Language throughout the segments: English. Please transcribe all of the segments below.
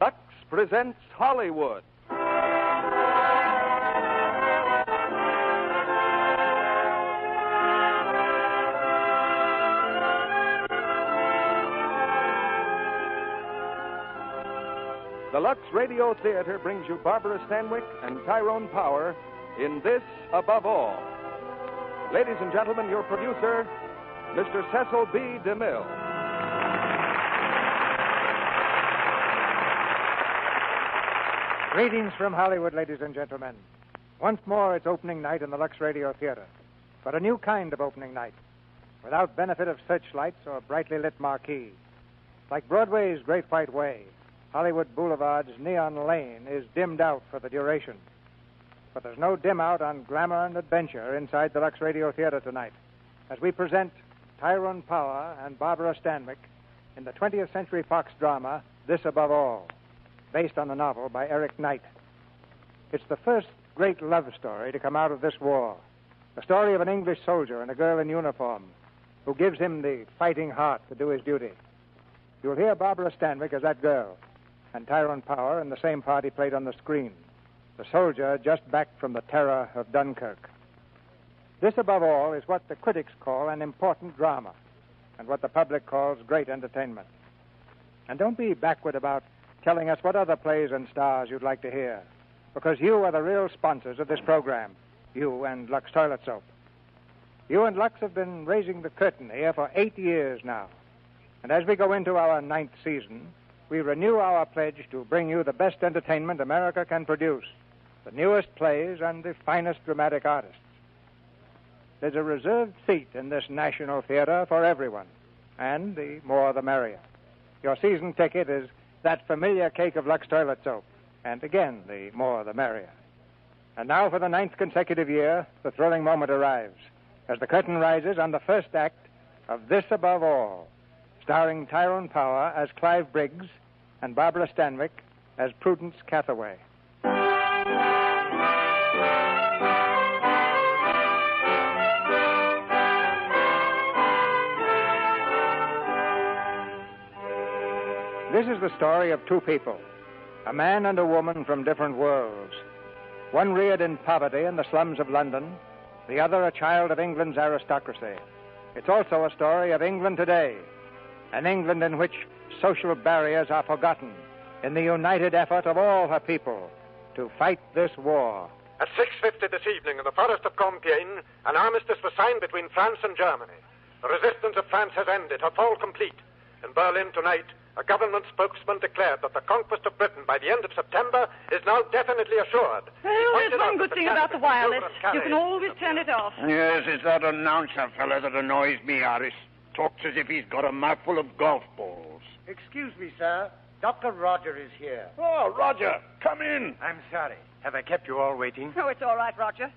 Lux presents Hollywood. The Lux Radio Theater brings you Barbara Stanwyck and Tyrone Power in This Above All. Ladies and gentlemen, your producer, Mr. Cecil B. DeMille. Greetings from Hollywood, ladies and gentlemen. Once more, it's opening night in the Lux Radio Theater, but a new kind of opening night, without benefit of searchlights or brightly lit marquee. Like Broadway's Great White Way, Hollywood Boulevard's neon lane is dimmed out for the duration. But there's no dim out on glamour and adventure inside the Lux Radio Theater tonight, as we present Tyrone Power and Barbara Stanwyck in the 20th Century Fox drama This Above All based on the novel by Eric Knight. It's the first great love story to come out of this war. The story of an English soldier and a girl in uniform who gives him the fighting heart to do his duty. You'll hear Barbara Stanwyck as that girl, and Tyrone Power in the same part he played on the screen, the soldier just back from the terror of Dunkirk. This, above all, is what the critics call an important drama, and what the public calls great entertainment. And don't be backward about telling us what other plays and stars you'd like to hear, because you are the real sponsors of this program, you and Lux Toilet Soap. You and Lux have been raising the curtain here for eight years now, and as we go into our ninth season, we renew our pledge to bring you the best entertainment America can produce, the newest plays and the finest dramatic artists. There's a reserved seat in this National Theater for everyone, and the more the merrier. Your season ticket is that familiar cake of Lux toilet soap. And again, the more the merrier. And now, for the ninth consecutive year, the thrilling moment arrives as the curtain rises on the first act of This Above All, starring Tyrone Power as Clive Briggs and Barbara Stanwyck as Prudence Cathaway. This is the story of two people, a man and a woman from different worlds. One reared in poverty in the slums of London, the other a child of England's aristocracy. It's also a story of England today, an England in which social barriers are forgotten in the united effort of all her people to fight this war. At 6.50 this evening in the forest of Compiègne, an armistice was signed between France and Germany. The resistance of France has ended, her fall complete. In Berlin tonight, a government spokesman declared that the conquest of Britain by the end of September is now definitely assured. He Well, pointed there's out that one good thing the about the caliphate wireless. maneuver and You can carriage- always turn it off. Yes, it's that announcer fellow that annoys me, Harris. Talks as if he's got a mouthful of golf balls. Excuse me, sir. Dr. Roger is here. Oh, Roger, come in. I'm sorry. Have I kept you all waiting? Mm-hmm. No, it's all Oh, right, Roger.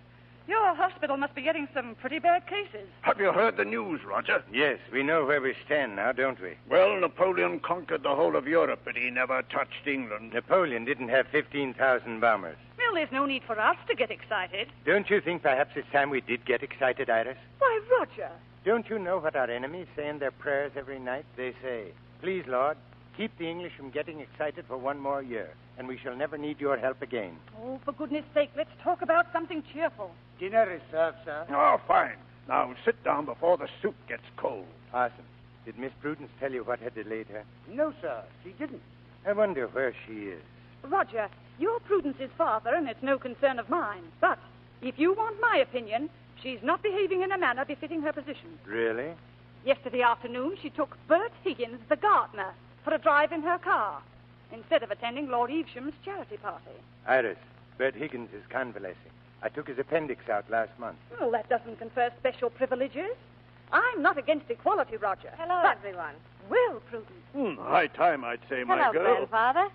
Your hospital must be getting some pretty bad cases. Have you heard the news, Roger? Yes, we know where we stand now, don't we? Well, Napoleon conquered the whole of Europe, but he never touched England. Napoleon didn't have 15,000 bombers. Well, there's no need for us to get excited. Don't you think perhaps it's time we did get excited, Iris? Why, Roger. Don't you know what our enemies say in their prayers every night? They say, Please, Lord, keep the English from getting excited for one more year, and we shall never need your help again. Oh, for goodness sake, let's talk about something cheerful. Dinner is served, sir. Oh, fine. Now sit down before the soup gets cold. Parson, did Miss Prudence tell you what had delayed her? No, sir, she didn't. I wonder where she is. Roger, you're Prudence's father, and it's no concern of mine. But if you want my opinion, she's not behaving in a manner befitting her position. Really? Yesterday afternoon, she took Bert Higgins, the gardener, for a drive in her car instead of attending Lord Evesham's charity party. Iris, Bert Higgins is convalescing. I took his appendix out last month. Well, that doesn't confer special privileges. I'm not against equality, Roger. Hello, but- everyone. Well, Prudence. Hmm, high time, I'd say, my Hello, girl. Grandfather.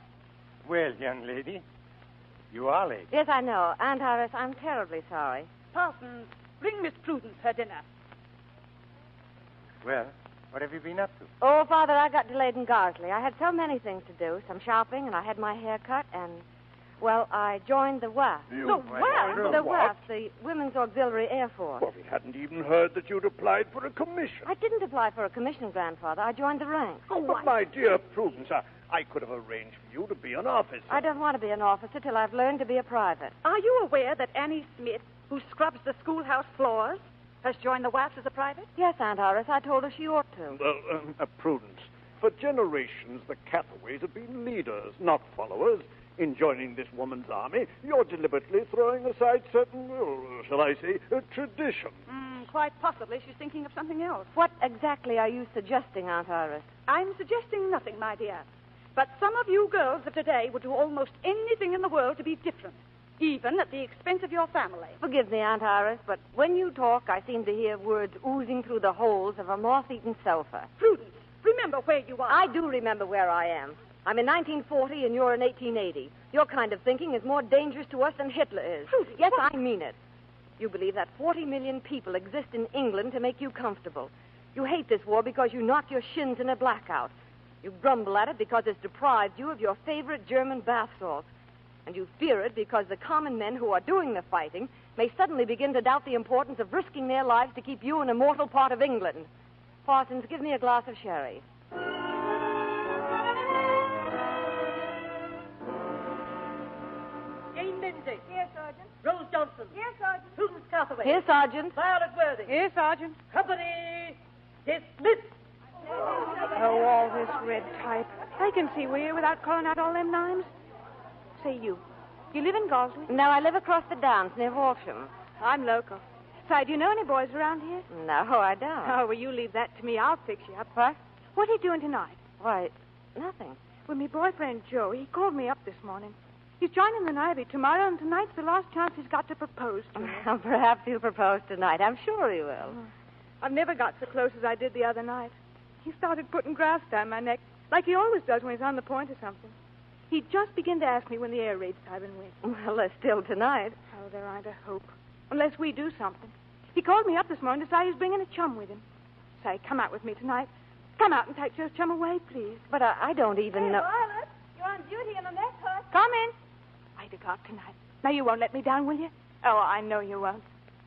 Well, young lady, you are late. Yes, I know. Aunt Iris, I'm terribly sorry. Parsons, bring Miss Prudence her dinner. Well, what have you been up to? Oh, Father, I got delayed in Garsley. I had so many things to do some shopping, and I had my hair cut, and, well, I joined the WAF. You The went WAF? on a the what? WAF, the Women's Auxiliary Air Force. Well, we hadn't even heard that you'd applied for a commission. I didn't apply for a commission, Grandfather. I joined the ranks. Oh, but my dear Prudence, I, I could have arranged for you to be an officer. I don't want to be an officer till I've learned to be a private. Are you aware that Annie Smith, who scrubs the schoolhouse floors, has joined the WAF as a private? Yes, Aunt Iris, I told her she ought to. Well, um, uh, Prudence, for generations the Cathaways have been leaders, not followers. In joining this woman's army, you're deliberately throwing aside certain, well, shall I say, uh, tradition. Mm, quite possibly she's thinking of something else. What exactly are you suggesting, Aunt Iris? I'm suggesting nothing, my dear. But some of you girls of today would do almost anything in the world to be different, even at the expense of your family. Forgive me, Aunt Iris, but when you talk, I seem to hear words oozing through the holes of a moth-eaten sofa. Prudence, remember where you are. I do remember where I am. I'm in 1940 and you're in 1880. Your kind of thinking is more dangerous to us than Hitler is. Trudy, yes, what- I mean it. You believe that 40 million people exist in England to make you comfortable. You hate this war because you knock your shins in a blackout. You grumble at it because it's deprived you of your favorite German bath salts. And you fear it because the common men who are doing the fighting may suddenly begin to doubt the importance of risking their lives to keep you an immortal part of England. Parsons, give me a glass of sherry. Jane Lindsay. Yes, Sergeant. Rose Johnson. Yes, Sergeant. Prudence Carthaway. Here, Sergeant. Violet Worthy. Yes, Sergeant. Company dismissed. Oh, all this red type. They can see we're here without calling out all them names. Say, you. You live in Gosley? No, I live across the downs near Walsham. I'm local. Say, do you know any boys around here? No, I don't. Oh, well, you leave that to me. I'll fix you up. What? What are you doing tonight? Why, nothing. Well, my boyfriend, Joe, he called me up this morning. He's joining the Navy tomorrow, and tonight's the last chance he's got to propose to me. Well, perhaps he'll propose tonight. I'm sure he will. I've never got so close as I did the other night. He started putting grass down my neck, like he always does when he's on the point of something. He'd just begin to ask me when the air raids I've been with. Well, there's still tonight. Oh, there ain't a hope. Unless we do something. He called me up this morning to say he's bringing a chum with him. Say, come out with me tonight. Come out and take your chum away, please. But I, I don't even know. Violet, you're on duty in the mess hut. Come in. Eight o'clock tonight. Now, you won't let me down, will you? Oh, I know you won't.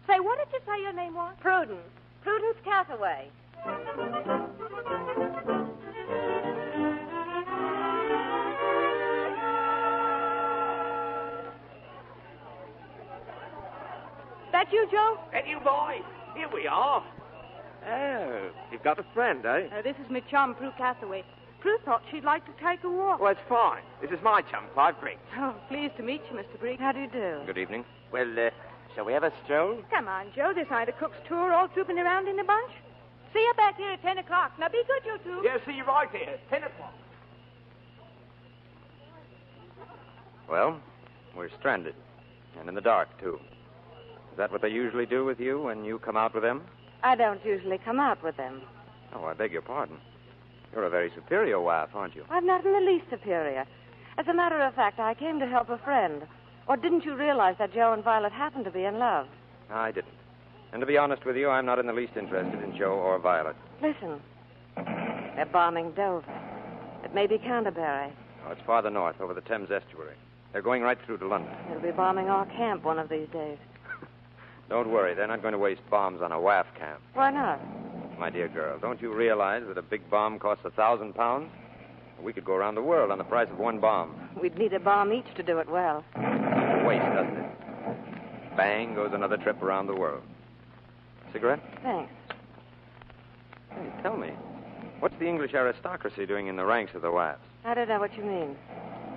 Say, what did you say your name was? Prudence. Prudence Cathaway. That you, Joe? And you boy, here we are. Oh, you've got a friend, eh? Uh, this is my chum, Prue Cathaway. Prue thought she'd like to take a walk. Well, it's fine. This is my chum, Clive Briggs. Oh, pleased to meet you, Mr. Briggs. How do you do? Good evening. Well, uh, shall we have a stroll? Come on, Joe. This ain't a cook's tour, all trooping around in a bunch. See you back here at 10 o'clock. Now, be good, you two. Yeah, see you right here. Ten o'clock. Well, we're stranded. And in the dark, too. Is that what they usually do with you when you come out with them? I don't usually come out with them. Oh, I beg your pardon. You're a very superior wife, aren't you? I'm not in the least superior. As a matter of fact, I came to help a friend. Or didn't you realize that Joe and Violet happened to be in love? I didn't. And to be honest with you, I'm not in the least interested in Joe or Violet. Listen. They're bombing Dover. It may be Canterbury. No, Oh, it's farther north, over the Thames estuary. They're going right through to London. They'll be bombing our camp one of these days. Don't worry, they're not going to waste bombs on a WAF camp. Why not? My dear girl, don't you realize that a big bomb costs a thousand pounds? We could go around the world on the price of one bomb. We'd need a bomb each to do it well. Waste, doesn't it? Bang goes another trip around the world. Cigarette? Thanks. Hey, tell me, what's the English aristocracy doing in the ranks of the WAFs? I don't know what you mean.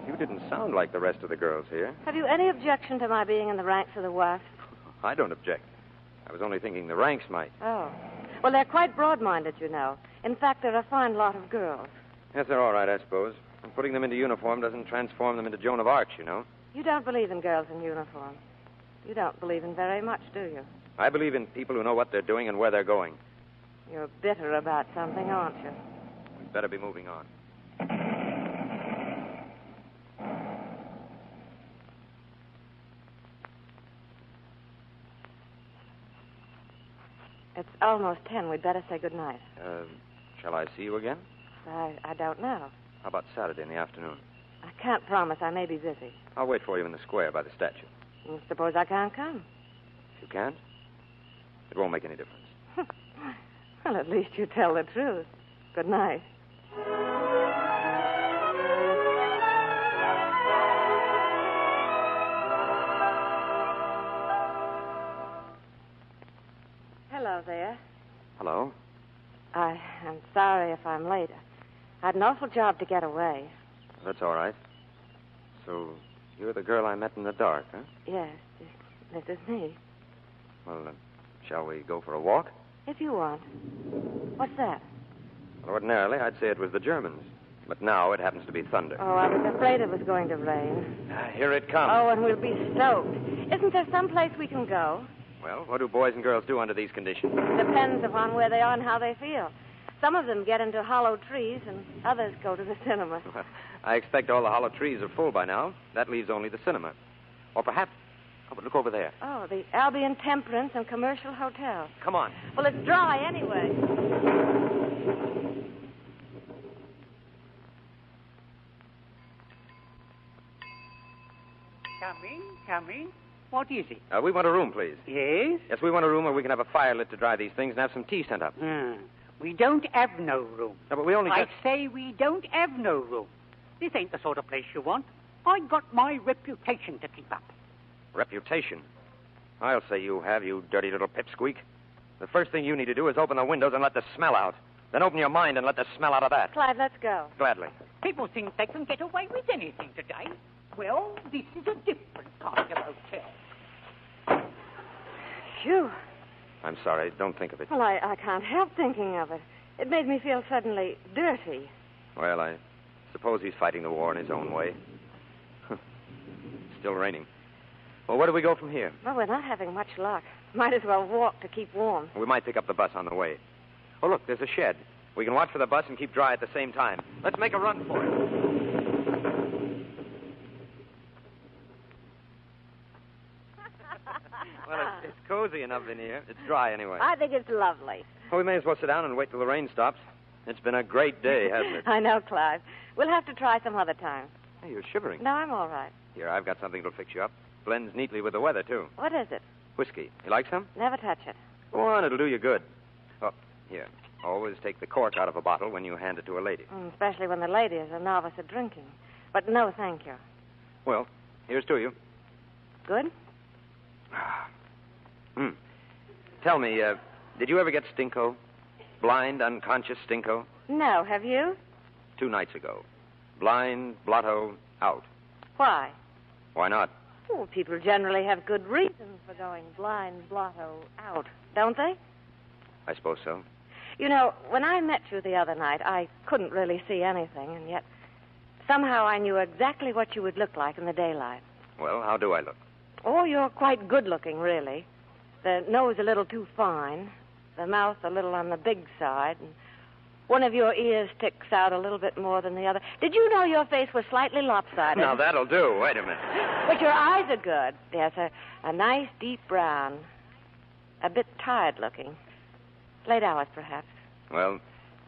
You didn't sound like the rest of the girls here. Have you any objection to my being in the ranks of the WAF? I don't object. I was only thinking the ranks might. Oh. Well, they're quite broad minded, you know. In fact, they're a fine lot of girls. Yes, they're all right, I suppose. And putting them into uniform doesn't transform them into Joan of Arc, you know. You don't believe in girls in uniform. You don't believe in very much, do you? I believe in people who know what they're doing and where they're going. You're bitter about something, aren't you? We'd better be moving on. It's almost ten. We'd better say goodnight. Uh, shall I see you again? I, I don't know. How about Saturday in the afternoon? I can't promise. I may be busy. I'll wait for you in the square by the statue. And Suppose I can't come. If you can't, it won't make any difference. Well, at least you tell the truth. Good night. Hello there. Hello? I am sorry if I'm late. I had an awful job to get away. That's all right. So, you're the girl I met in the dark, huh? Yes, this is me. Well, uh, shall we go for a walk? If you want. What's that? Well, ordinarily, I'd say it was the Germans. But now it happens to be thunder. Oh, I was afraid it was going to rain. Ah, Here it comes. Oh, and we'll be soaked. Isn't there some place we can go? Well, what do boys and girls do under these conditions? Depends upon where they are and how they feel. Some of them get into hollow trees, and others go to the cinema. I expect all the hollow trees are full by now. That leaves only the cinema. Or perhaps. Oh, but look over there. Oh, the Albion Temperance and Commercial Hotel. Come on. Well, it's dry anyway. Come in, come in. What is it? Uh, we want a room, please. Yes? Yes, we want a room where we can have a fire lit to dry these things and have some tea sent up. Hmm. We don't have no room. No, but we only I just. say we don't have no room. This ain't the sort of place you want. I got my reputation to keep up. Reputation. I'll say you have, you dirty little pipsqueak. The first thing you need to do is open the windows and let the smell out. Then open your mind and let the smell out of that. Clive, let's go. Gladly. People think they can get away with anything today. Well, this is a different kind of hotel. Phew. I'm sorry. Don't think of it. Well, I, I can't help thinking of it. It made me feel suddenly dirty. Well, I suppose he's fighting the war in his own way. Still raining. Well, where do we go from here? Well, we're not having much luck. Might as well walk to keep warm. We might pick up the bus on the way. Oh, look, there's a shed. We can watch for the bus and keep dry at the same time. Let's make a run for it. Well, it's, it's cozy enough in here. It's dry anyway. I think it's lovely. Well, we may as well sit down and wait till the rain stops. It's been a great day, hasn't it? I know, Clive. We'll have to try some other time. Hey, you're shivering. No, I'm all right. Here, I've got something that'll fix you up. Blends neatly with the weather, too. What is it? Whiskey. You like some? Never touch it. Go on, it'll do you good. Oh, here. Always take the cork out of a bottle when you hand it to a lady. Mm, Especially when the lady is a novice at drinking. But no, thank you. Well, here's to you. Good? Hmm. Tell me, uh, did you ever get stinko? Blind, unconscious stinko? No, have you? Two nights ago. Blind, blotto, out. Why? Why not? Well, people generally have good reasons for going blind, blotto, out, don't they? I suppose so. You know, when I met you the other night, I couldn't really see anything, and yet somehow I knew exactly what you would look like in the daylight. Well, how do I look? Oh, you're quite good looking, really. The nose a little too fine, the mouth a little on the big side, and one of your ears sticks out a little bit more than the other. Did you know your face was slightly lopsided? Now, that'll do. Wait a minute. But your eyes are good. Yes, a, a nice deep brown. A bit tired looking. Late hours, perhaps. Well,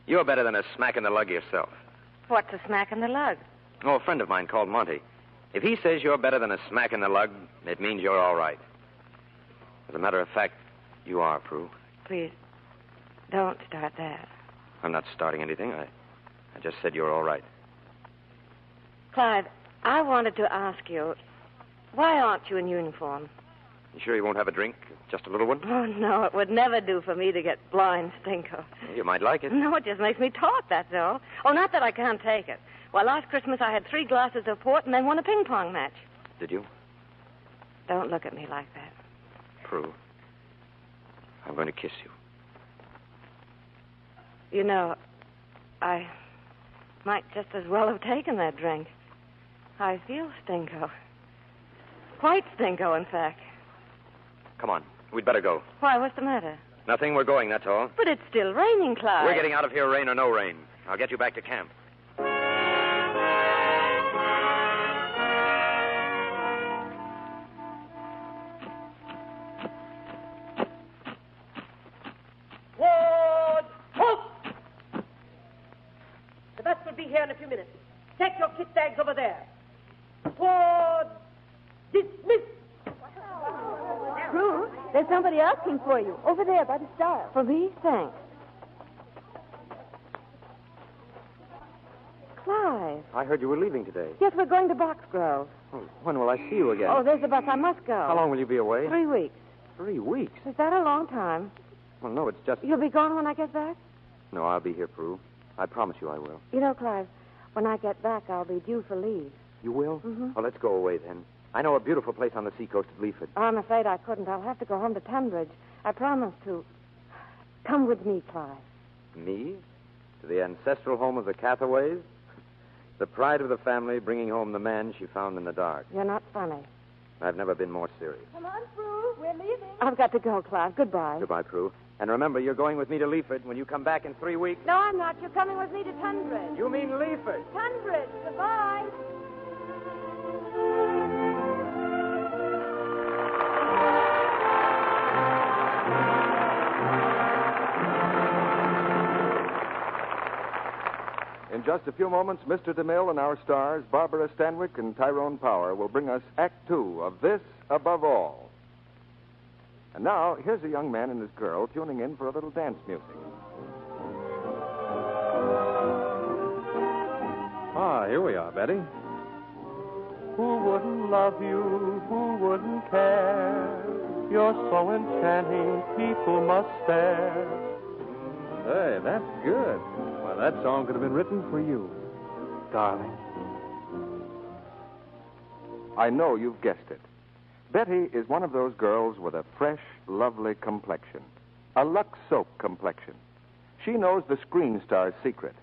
you're better than a smack in the lug yourself. What's a smack in the lug? Oh, a friend of mine called Monty. If he says you're better than a smack in the lug, it means you're all right. As a matter of fact, you are, Prue. Please, don't start that. I'm not starting anything. I, I just said you're all right. Clive, I wanted to ask you, why aren't you in uniform? You sure you won't have a drink? Just a little one? Oh, no, it would never do for me to get blind stinker. You might like it. No, it just makes me talk, that's all. Oh, not that I can't take it. Well, last Christmas I had three glasses of port and then won a ping pong match. Did you? Don't look at me like that. Prue, I'm going to kiss you. You know, I might just as well have taken that drink. I feel stinko. Quite stinko, in fact. Come on. We'd better go. Why, what's the matter? Nothing. We're going, that's all. But it's still raining, Clive. We're getting out of here, rain or no rain. I'll get you back to camp. Ward, halt! The bus will be here in a few minutes. Stack your kit bags over there. Ward, dismiss. Prue, there's somebody asking for you. Over there by the stile. For me? Thanks. Clive. I heard you were leaving today. Yes, we're going to Box Grove. When will I see you again? Oh, there's the bus. I must go. How long will you be away? Three weeks. Three weeks? Is that a long time? Well, no, it's just. You'll be gone when I get back? No, I'll be here, Prue. I promise you I will. You know, Clive, when I get back, I'll be due for leave. You will? Mhm. Oh, let's go away then. I know a beautiful place on the seacoast at Leaford. I'm afraid I couldn't. I'll have to go home to Tunbridge. I promised to. Come with me, Clive. Me? To the ancestral home of the Cathaways? The pride of the family bringing home the man she found in the dark. You're not funny. I've never been more serious. Come on, Prue. We're leaving. I've got to go, Clive. Goodbye. Goodbye, Prue. And remember, you're going with me to Leaford when you come back in three weeks. No, I'm not. You're coming with me to Tunbridge. You mean Leaford? Tunbridge. Goodbye. In just a few moments, Mr. DeMille and our stars, Barbara Stanwyck and Tyrone Power, will bring us Act Two of This Above All. And now, here's a young man and his girl tuning in for a little dance music. Ah, here we are, Betty. Who wouldn't love you? Who wouldn't care? You're so enchanting, people must stare. Hey, that's good. Well, that song could have been written for you, darling. I know you've guessed it. Betty is one of those girls with a fresh, lovely complexion, a Lux soap complexion. She knows the Screen Star's secret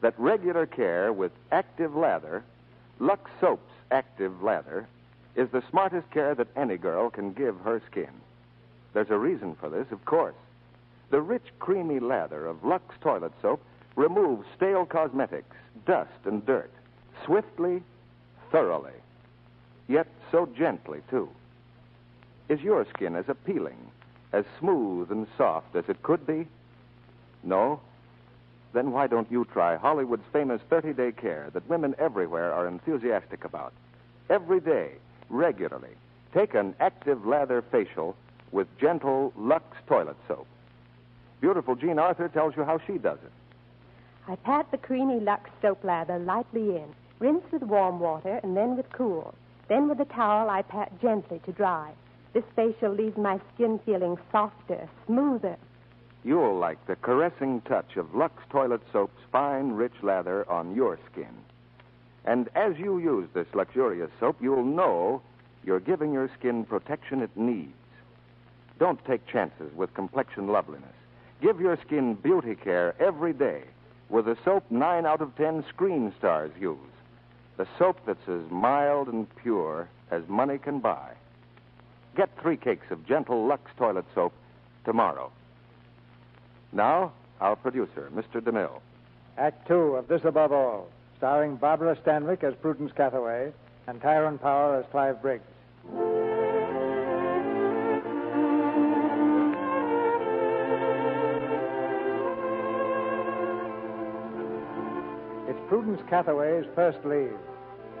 that regular care with active lather, Lux Soap's active lather, is the smartest care that any girl can give her skin. There's a reason for this, of course. The rich, creamy lather of Lux toilet soap removes stale cosmetics, dust, and dirt swiftly, thoroughly yet so gently, too. Is your skin as appealing, as smooth and soft as it could be? No? Then why don't you try Hollywood's famous 30 day care that women everywhere are enthusiastic about? Every day, regularly, take an active lather facial with gentle Lux toilet soap. Beautiful Jean Arthur tells you how she does it. I pat the creamy Lux soap lather lightly in, rinse with warm water, and then with cool. Then with a towel, I pat gently to dry. This facial leaves my skin feeling softer, smoother. You'll like the caressing touch of Lux Toilet Soap's fine, rich lather on your skin. And as you use this luxurious soap, you'll know you're giving your skin protection it needs. Don't take chances with complexion loveliness. Give your skin beauty care every day with the soap 9 out of 10 screen stars use. The soap that's as mild and pure as money can buy. Get three cakes of gentle Lux Toilet Soap tomorrow. Now? Our producer, Mr. DeMille. Act two of This Above All, starring Barbara Stanwyck as Prudence Cathaway and Tyrone Power as Clive Briggs. Prudence Cathaway's first leave.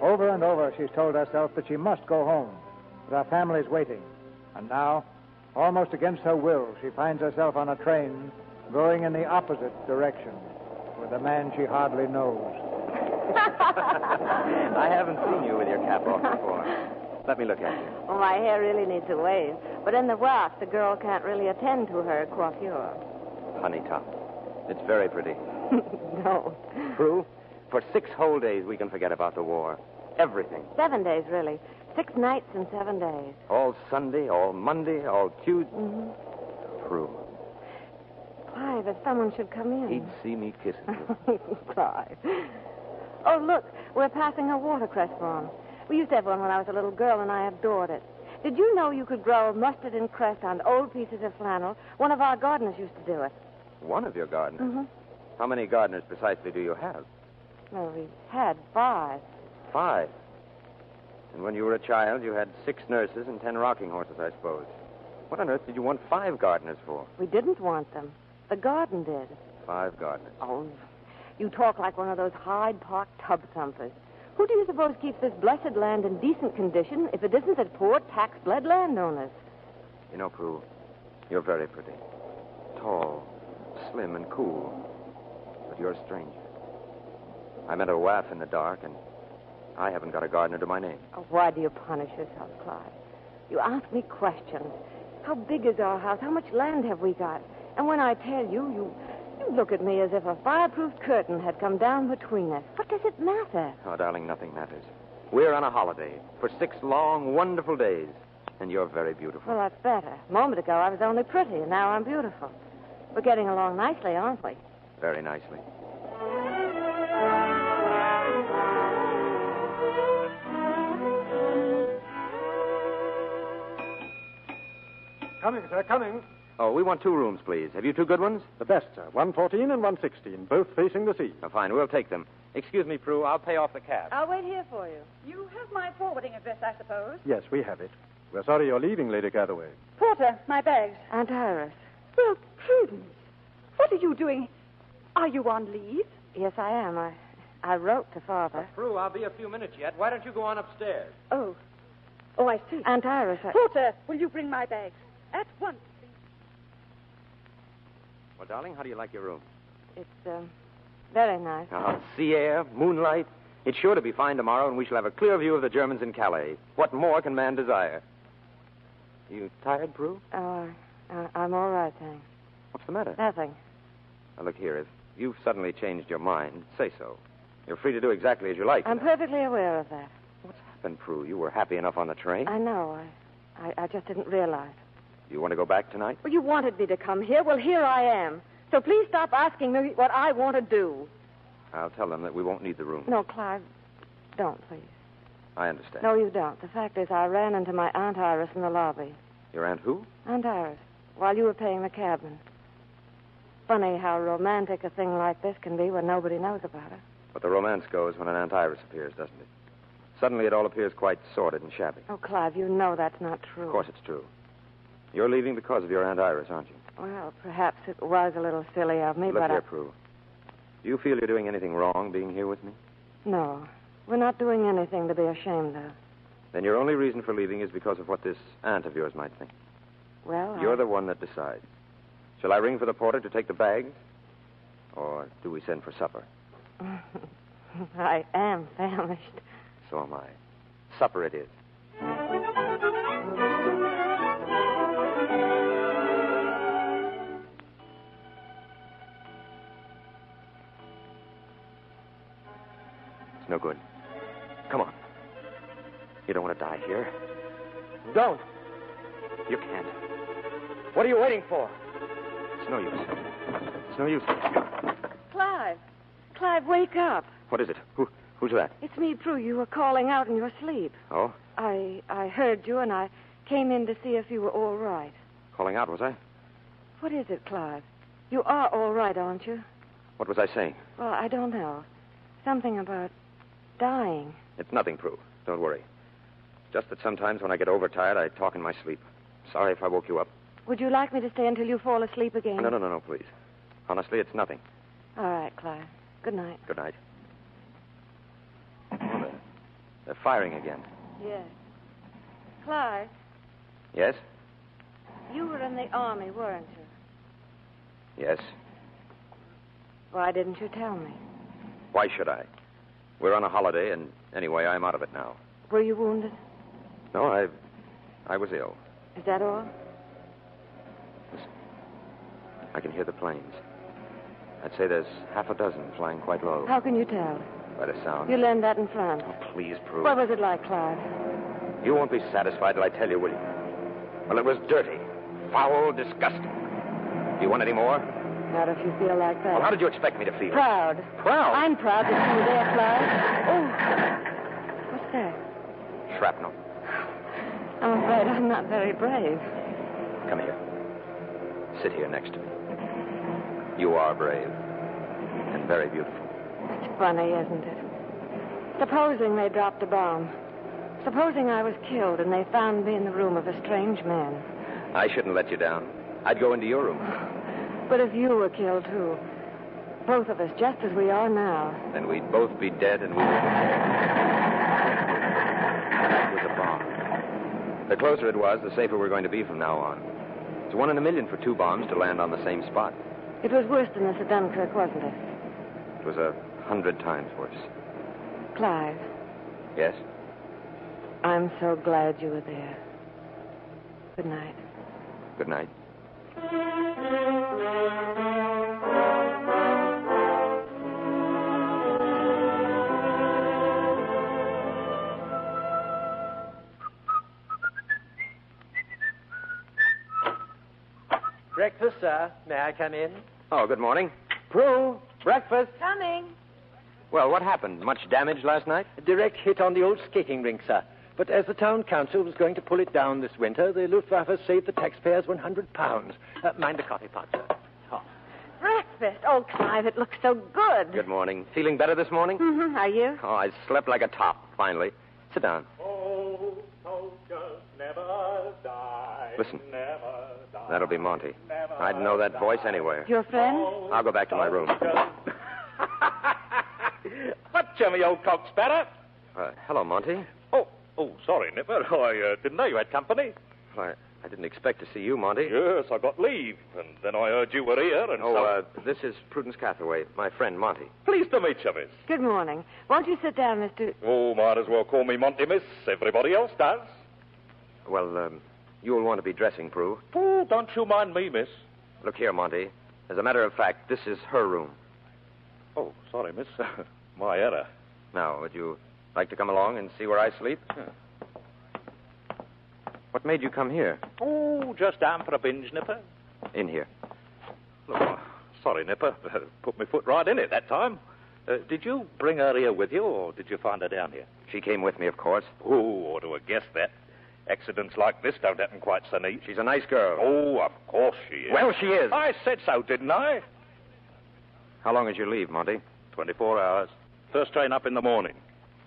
Over and over, she's told herself that she must go home, that her family's waiting. And now, almost against her will, she finds herself on a train going in the opposite direction with a man she hardly knows. I haven't seen you with your cap off before. Let me look at you. Well, Oh, my hair really needs a wave. But in the rock, the girl can't really attend to her coiffure. Honey top. It's very pretty. No. Prue, for six whole days we can forget about the war. Everything. Seven days, really. Six nights and seven days. All Sunday, all Monday, all Tuesday. Mm-hmm. Prue, Clive, if someone should come he'd in. see me kissing you. Clive. Oh, look, we're passing a watercress farm. We used to have one when I was a little girl, and I adored it. Did you know you could grow mustard and cress on old pieces of flannel? One of our gardeners used to do it. One of your gardeners. Mm-hmm. How many gardeners precisely do you have? Well, we had five. Five. And when you were a child, you had six nurses and ten rocking horses, I suppose. What on earth did you want five gardeners for? We didn't want them. The garden did. Five gardeners. Oh, you talk like one of those Hyde Park tub thumpers. Who do you suppose keeps this blessed land in decent condition if it isn't the poor tax-led landowners? You know, Prue, you're very pretty. Tall, slim, and cool. But you're a stranger. I met a waif in the dark, and I haven't got a gardener to my name. Oh, why do you punish yourself, Clyde? You ask me questions. How big is our house? How much land have we got? And when I tell you, you, you look at me as if a fireproof curtain had come down between us. What does it matter? Oh, darling, nothing matters. We're on a holiday for six long, wonderful days, and you're very beautiful. Well, that's better. A moment ago, I was only pretty, and now I'm beautiful. We're getting along nicely, aren't we? Very nicely. Coming, sir, coming. Oh, we want two rooms, please. Have you two good ones? The best, sir. 114 and 116, both facing the sea. Oh, fine, we'll take them. Excuse me, Prue. I'll pay off the cab. I'll wait here for you. You have my forwarding address, I suppose. Yes, we have it. We're sorry you're leaving, Lady Cathaway. Porter, my bags. Aunt Iris. Well, hmm. Prudence, what are you doing? Are you on leave? Yes, I am. I, I wrote to Father. Prue, I'll be a few minutes yet. Why don't you go on upstairs? Oh. Oh, I see. Aunt Iris, I... Porter, will you bring my bags? At once. Well, darling, how do you like your room? It's um, very nice. Oh, sea air, moonlight. It's sure to be fine tomorrow, and we shall have a clear view of the Germans in Calais. What more can man desire? You tired, Prue? Oh, I, I- I'm all right, thanks. What's the matter? Nothing. Now, look here. If you've suddenly changed your mind, say so. You're free to do exactly as you like. I'm perfectly aware of that. And Prue, you were happy enough on the train. I know. I, I, I just didn't realize. You want to go back tonight? Well, you wanted me to come here. Well, here I am. So please stop asking me what I want to do. I'll tell them that we won't need the room. No, Clive, don't, please. I understand. No, you don't. The fact is, I ran into my Aunt Iris in the lobby. Your aunt who? Aunt Iris, while you were paying the cabman. Funny how romantic a thing like this can be when nobody knows about it. But the romance goes when an aunt Iris appears, doesn't it? Suddenly it all appears quite sordid and shabby. Oh, Clive, you know that's not true. Of course it's true. You're leaving because of your Aunt Iris, aren't you? Well, perhaps it was a little silly of me, Look but here, I... Prue. Do you feel you're doing anything wrong being here with me? no, we're not doing anything to be ashamed of. Then your only reason for leaving is because of what this aunt of yours might think. Well, You're I... the one that decides. Shall I ring for the porter to take the bags? Or do we send for supper? I am famished. So am I. Supper it is. It's no good. Come on. You don't want to die here. Don't! You can't. What are you waiting for? It's no use. It's no use. Clive, Clive, wake up! What is it? Who, who's that? It's me, Prue. You were calling out in your sleep. Oh, I I heard you, and I came in to see if you were all right. calling out, was I? What is it, Clive? You are all right, aren't you? What was I saying? Well, I don't know. Something about dying. It's nothing, Prue. Don't worry. Just that sometimes when I get overtired, I talk in my sleep. Sorry if I woke you up. Would you like me to stay until you fall asleep again? No, no, no, no, please. Honestly, it's nothing. All right, Clive. Good night. Good night. They're firing again. Yes. Clive, Yes? you were in the army, weren't you? Yes. Why didn't you tell me? Why should I? We're on a holiday, and anyway, I'm out of it now. Were you wounded? No, I. I was ill. Is that all? I can hear the planes. I'd say there's half a dozen flying quite low How can you tell? by the sound. You learned that in France. Please, Prue. What was it like, Clive? You won't be satisfied till I tell you, will you? Well, it was dirty, foul, disgusting. Do you want any more? Not if you feel like that. Well, how did you expect me to feel? Proud. Proud? I'm proud that you were there, Clive. Oh, what's that? Shrapnel. I'm afraid I'm not very brave. Come here. Sit here next to me. You are brave and very beautiful. It's funny, isn't it? Supposing they dropped a bomb. Supposing I was killed and they found me in the room of a strange man. I shouldn't let you down. I'd go into your room. But if you were killed, too, both of us, just as we are now. Then we'd both be dead and we would. That was a bomb. The closer it was, the safer we're going to be from now on. It's one in a million for two bombs to land on the same spot. It was worse than this at Dunkirk, wasn't it? It was a hundred times worse. Clive, Yes? I'm so glad you were there. Good night. Good night. Breakfast, sir. May I come in? Oh, good morning. Prue, breakfast. Coming. Well, what happened? Much damage last night? A direct hit on the old skating rink, sir. But as the town council was going to pull it down this winter, the Luftwaffe saved the taxpayers 100 pounds. Uh, mind the coffee pot, sir. Breakfast. Oh, Clive, it looks so good. Good morning. Feeling better this morning? Hmm. Mm-hmm. Are you? Oh, I slept like a top, finally. Sit down. Oh, soldiers never die. Listen. Never die. That'll be Monty. I'd know that voice anywhere. Your friend? Oh, I'll go back to my room. Gotcha, me old cock spatter. Uh, hello, Monty. Oh, sorry, Nipper. I uh, didn't know you had company. Well, I, I didn't expect to see you, Monty. Yes, I got leave, and then I heard you were here, and oh, so... uh, this is Prudence Cathaway, my friend Monty. Pleased to meet you, miss. Good morning. Won't you sit down, Mr. Oh, might as well call me Monty, miss. Everybody else does. Well, um, you'll want to be dressing, Prue. Oh, don't you mind me, miss. Look here, Monty. As a matter of fact, this is her room. Oh, sorry, miss. My error. Now, would you like to come along and see where I sleep? What made you come here? Oh, just down for a binge, Nipper. In here. Look, uh, sorry, Nipper. Put my foot right in it that time. Uh, did you bring her here with you, or did you find her down here? She came with me, of course. Oh, ought to have guessed that. Accidents like this don't happen quite so neat. She's a nice girl. Oh, of course she is. Well, she is. I said so, didn't I? How long is your leave, Monty? 24 hours. First train up in the morning.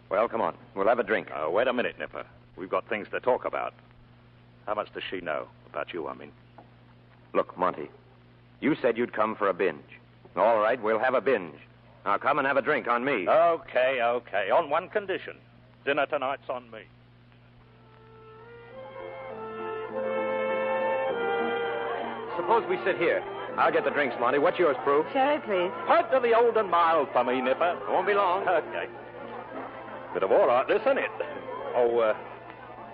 Well, come on. We'll have a drink. Oh, wait a minute, Nipper. We've got things to talk about. How much does she know? About you, I mean. Look, Monty, you said you'd come for a binge. All right, we'll have a binge. Now come and have a drink on me. Okay, okay. On one condition. Dinner tonight's on me. Suppose we sit here. I'll get the drinks, Monty. What's yours, Prue? Sherry, please. Pint to the old and mild for me, Nipper. Won't be long. Okay. Bit of all right, this, isn't it? Oh, uh,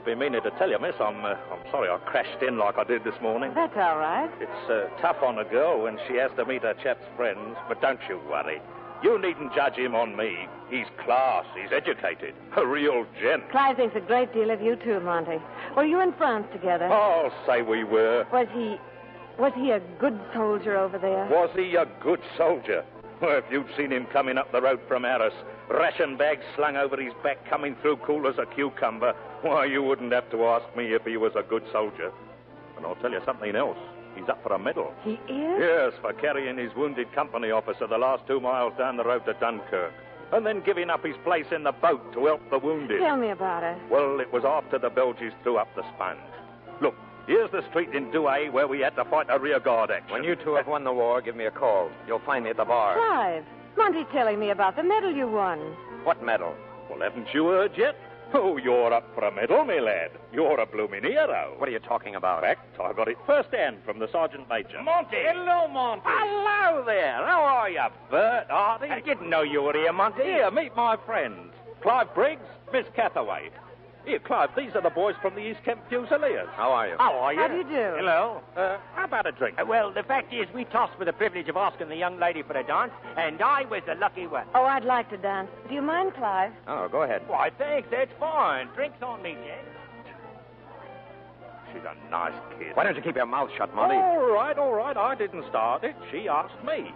been meaning to tell you, miss, I'm, uh, I'm sorry I crashed in like I did this morning. That's all right. It's uh, tough on a girl when she has to meet her chap's friends, but don't you worry. You needn't judge him on me. He's class, he's educated, a real gent. Clive thinks a great deal of you, too, Monty. Were you in France together? Oh, say we were. Was he. Was he a good soldier over there? Was he a good soldier? Well, if you'd seen him coming up the road from Arras, ration bags slung over his back, coming through cool as a cucumber, why, you wouldn't have to ask me if he was a good soldier. And I'll tell you something else. He's up for a medal. He is? Yes, for carrying his wounded company officer the last two miles down the road to Dunkirk. And then giving up his place in the boat to help the wounded. Tell me about it. Well, it was after the Belgians threw up the sponge. Look, here's the street in Douai where we had to fight a rearguard action. When you two have won the war, give me a call. You'll find me at the bar. Clive, Monty's telling me about the medal you won. What medal? Well, haven't you heard yet? Oh, you're up for a medal, me lad. You're a blooming hero. What are you talking about? Fact, I got it first hand from the sergeant major. Monty. Hello, Monty. Hello there. How are you? Bert Hardy. I didn't know you were here, Monty. Here, meet my friends. Clive Briggs, Miss Cathaway. Here, Clive, these are the boys from the East Kent Fusiliers. How are you? How are you? How do you do? Hello. Uh, how about a drink? well, the fact is, we tossed for the privilege of asking the young lady for a dance, and I was the lucky one. Oh, I'd like to dance. Do you mind, Clive? Oh, go ahead. Why, thanks. That's fine. Drinks on me, Jack. She's a nice kid. Why don't you keep your mouth shut, Monty? All right, all right. I didn't start it. She asked me.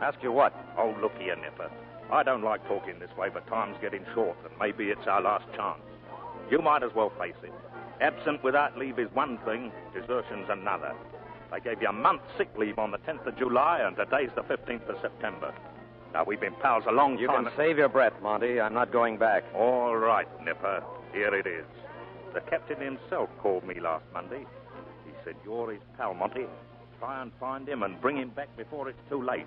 Ask you what? Oh, look here, Nipper. I don't like talking this way, but time's getting short, and maybe it's our last chance. You might as well face it. Absent without leave is one thing, desertion's another. They gave you a month's sick leave on the 10th of July, and today's the 15th of September. Now, we've been pals a long You time. can save your breath, Monty. I'm not going back. All right, Nipper. Here it is. The captain himself called me last Monday. He said, You're his pal, Monty. Try and find him and bring him back before it's too late.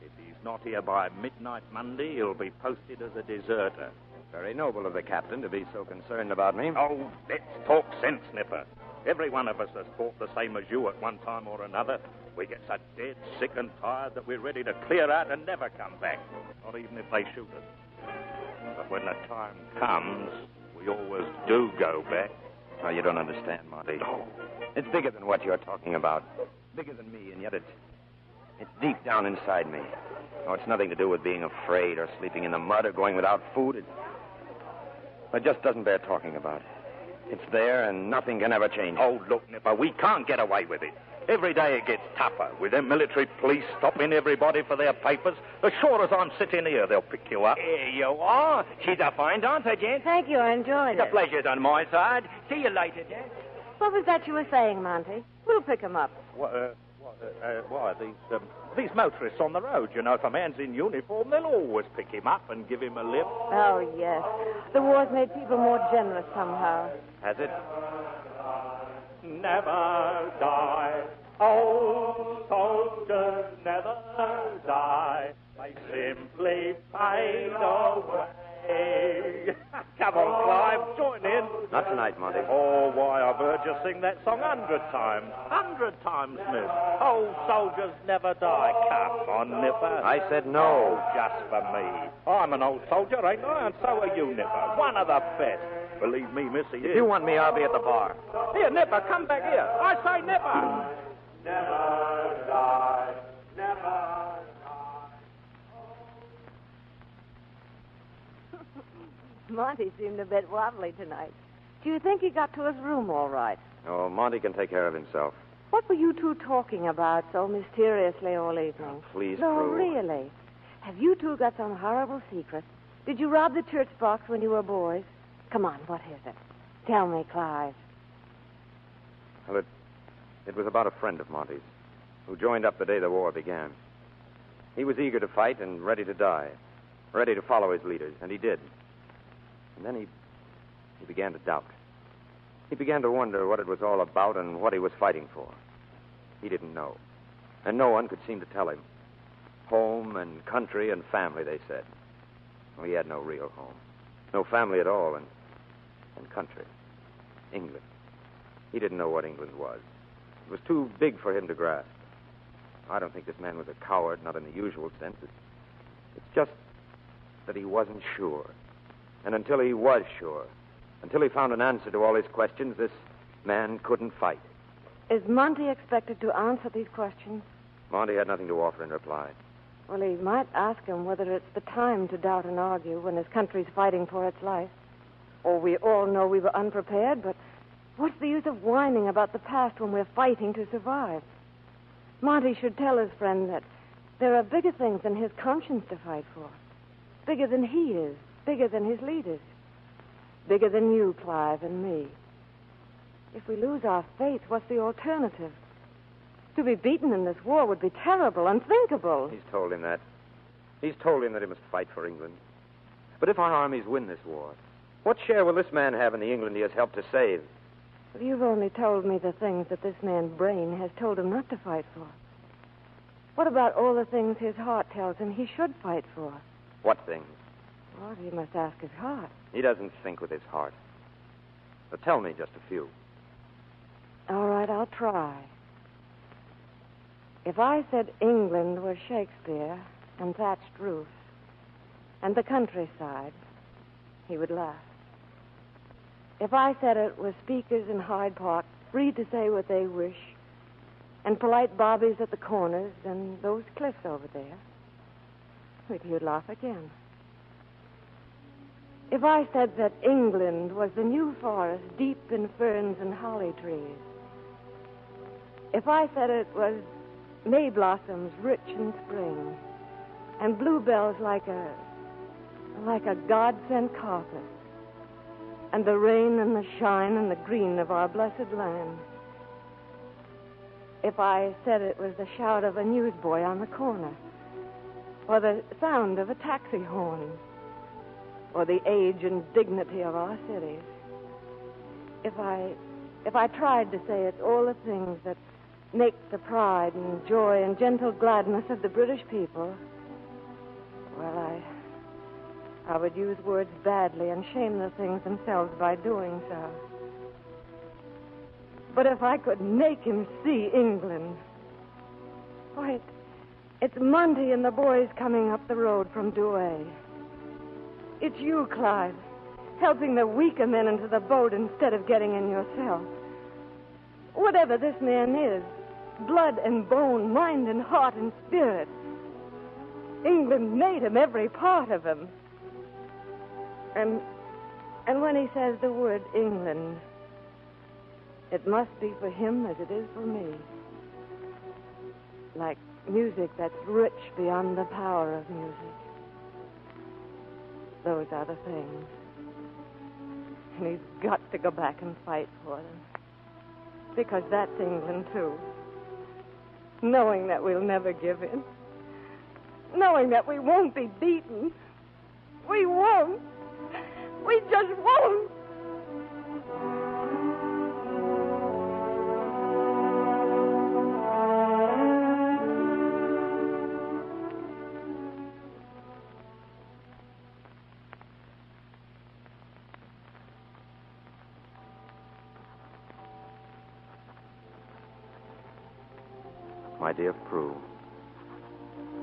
If he's not here by midnight Monday, he'll be posted as a deserter. Very noble of the captain to be so concerned about me. Oh, let's talk sense, Nipper. Every one of us has thought the same as you at one time or another. We get so dead, sick, and tired that we're ready to clear out and never come back, not even if they shoot us. But when the time comes, we always do go back. Oh, you don't understand, Monty. It's bigger than what you're talking about. Bigger than me, and yet it's it's deep down inside me. Oh, it's nothing to do with being afraid or sleeping in the mud or going without food. It, it just doesn't bear talking about. It's there, and nothing can ever change. it. Oh, look, Nipper, we can't get away with it. Every day it gets tougher, with their military police stopping everybody for their papers. As sure as I'm sitting here, they'll pick you up. Here you are. She's a fine dancer, Jen. Thank you. I enjoyed The it. pleasure's on my side. See you later, Jen. What was that you were saying, Monty? We'll pick him up. What, uh, what, uh, uh, why, these, um, these motorists on the road, you know, if a man's in uniform, they'll always pick him up and give him a lift. Oh, yes. The war's made people more generous somehow. Has it? Never die. Old soldiers never die. They simply fade away. Come on, Clive, join in. Not tonight, Monty. Oh, why, I've heard you sing that song a hundred times. Hundred times, miss. Old soldiers never die. Come on, Nipper. I said no. Oh, just for me. I'm an old soldier, ain't I? And so are you, Nipper. One of the best. Believe me, miss, he If is. you want me, I'll be at the bar. Here, Nipper, come back here. I say Nipper. Monty seemed a bit wobbly tonight. Do you think he got to his room all right? Oh, Monty can take care of himself. What were you two talking about so mysteriously all evening? Please, no, Prue. really. Have you two got some horrible secret? Did you rob the church box when you were boys? Come on, what is it? Tell me, Clive. Well, it, it was about a friend of Monty's who joined up the day the war began. He was eager to fight and ready to die, ready to follow his leaders, and he did. And then he, he began to doubt. He began to wonder what it was all about and what he was fighting for. He didn't know, and no one could seem to tell him. Home and country and family, they said. Well, he had no real home, no family at all, and, and country. England. He didn't know what England was. It was too big for him to grasp. I don't think this man was a coward, not in the usual sense. It's, it's just that he wasn't sure. And until he was sure, until he found an answer to all his questions, this man couldn't fight. Is Monty expected to answer these questions? Monty had nothing to offer in reply. Well, he might ask him whether it's the time to doubt and argue when his country's fighting for its life. Or we all know we were unprepared, but what's the use of whining about the past when we're fighting to survive? Monty should tell his friend that there are bigger things than his conscience to fight for. Bigger than he is, bigger than his leaders, bigger than you, Clive, and me. If we lose our faith, what's the alternative? To be beaten in this war would be terrible, unthinkable. He's told him that. He's told him that he must fight for England. But if our armies win this war, what share will this man have in the England he has helped to save? But You've only told me the things that this man Brain has told him not to fight for. What about all the things his heart tells him he should fight for? What things? Lord, he must ask his heart. He doesn't think with his heart. So tell me just a few. All right, I'll try. If I said England were Shakespeare and thatched roofs and the countryside, he would laugh. If I said it were speakers in Hyde Park, free to say what they wish, and polite bobbies at the corners and those cliffs over there, well, he'd laugh again. If I said that England was the new forest deep in ferns and holly trees, if I said it was May blossoms rich in spring, and bluebells like a like a God sent carpet, and the rain and the shine and the green of our blessed land. If I said it was the shout of a newsboy on the corner, or the sound of a taxi horn, or the age and dignity of our cities. If I if I tried to say it's all the things that make the pride and joy and gentle gladness of the British people, well, I I would use words badly and shame the things themselves by doing so. But if I could make him see England. Why, it, it's Monty and the boys coming up the road from Douai. It's you, Clive, helping the weaker men into the boat instead of getting in yourself. Whatever this man is, blood and bone, mind and heart and spirit, England made him every part of him. And and when he says the word England, it must be for him as it is for me. Like music that's rich beyond the power of music. Those are the things. And he's got to go back and fight for them. Because that's England, too. Knowing that we'll never give in. Knowing that we won't be beaten. We won't. We just won't. My dear Prue,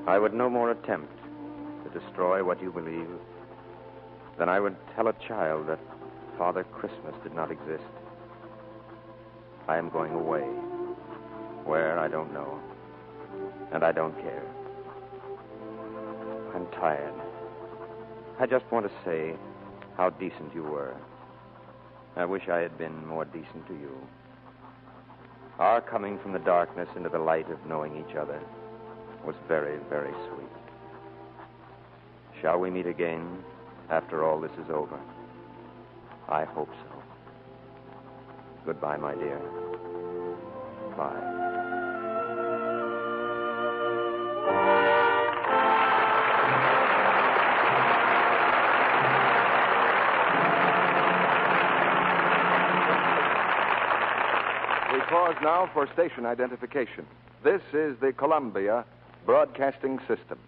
I would no more attempt to destroy what you believe than I would tell a child that Father Christmas did not exist. I am going away. Where, I don't know. And I don't care. I'm tired. I just want to say how decent you were. I wish I had been more decent to you. Our coming from the darkness into the light of knowing each other was very, very sweet. Shall we meet again after all this is over? I hope so. Goodbye, my dear. Bye. We pause now for station identification. This is the Columbia Broadcasting System.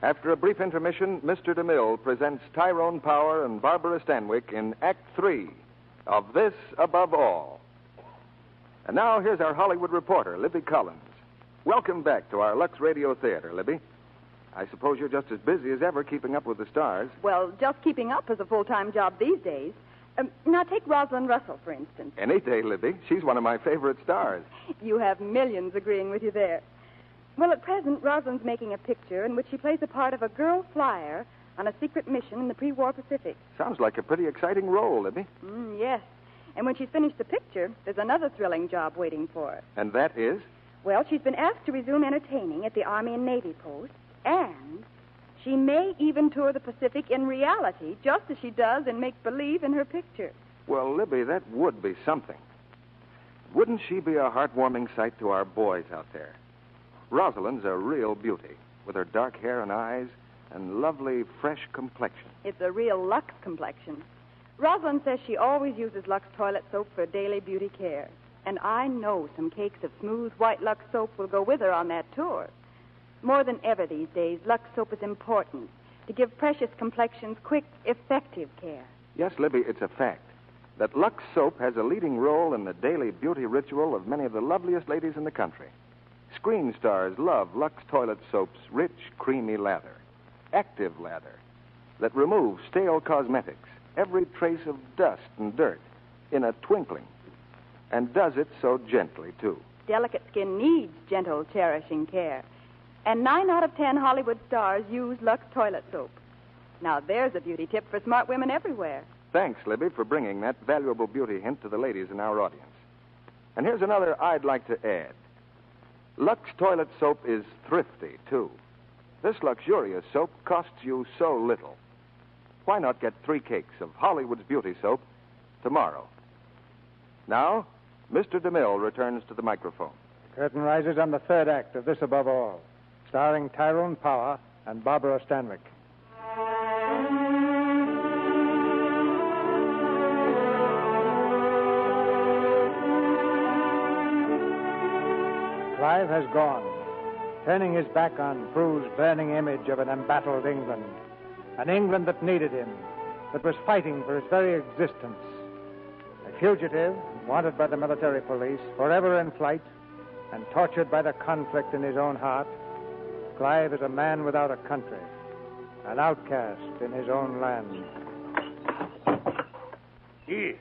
After a brief intermission, Mr. DeMille presents Tyrone Power and Barbara Stanwyck in Act Three of This Above All. And now here's our Hollywood reporter, Libby Collins. Welcome back to our Lux Radio Theater, Libby. I suppose you're just as busy as ever keeping up with the stars. Well, just keeping up is a full time job these days. Um, now, take Rosalind Russell, for instance. Any day, Libby. She's one of my favorite stars. You have millions agreeing with you there. Well, at present, Rosalind's making a picture in which she plays the part of a girl flyer on a secret mission in the pre war Pacific. Sounds like a pretty exciting role, Libby. Mm, yes. And when she's finished the picture, there's another thrilling job waiting for her. And that is? Well, she's been asked to resume entertaining at the Army and Navy post, and she may even tour the Pacific in reality, just as she does in make believe in her picture. Well, Libby, that would be something. Wouldn't she be a heartwarming sight to our boys out there? Rosalind's a real beauty, with her dark hair and eyes and lovely, fresh complexion. It's a real Lux complexion. Rosalind says she always uses Lux toilet soap for daily beauty care. And I know some cakes of smooth white Lux soap will go with her on that tour. More than ever these days, Lux soap is important to give precious complexions quick, effective care. Yes, Libby, it's a fact that Lux soap has a leading role in the daily beauty ritual of many of the loveliest ladies in the country. Screen stars love Lux toilet soap's rich, creamy lather, active lather, that removes stale cosmetics, every trace of dust and dirt, in a twinkling, and does it so gently, too. Delicate skin needs gentle, cherishing care. And nine out of ten Hollywood stars use Lux toilet soap. Now, there's a beauty tip for smart women everywhere. Thanks, Libby, for bringing that valuable beauty hint to the ladies in our audience. And here's another I'd like to add Lux toilet soap is thrifty, too. This luxurious soap costs you so little. Why not get three cakes of Hollywood's beauty soap tomorrow? Now, Mr. DeMille returns to the microphone. Curtain rises on the third act of This Above All, starring Tyrone Power and Barbara Stanwyck. Clive has gone, turning his back on Prue's burning image of an embattled England, an England that needed him, that was fighting for its very existence. A fugitive, wanted by the military police, forever in flight, and tortured by the conflict in his own heart, Clive is a man without a country, an outcast in his own land. Here.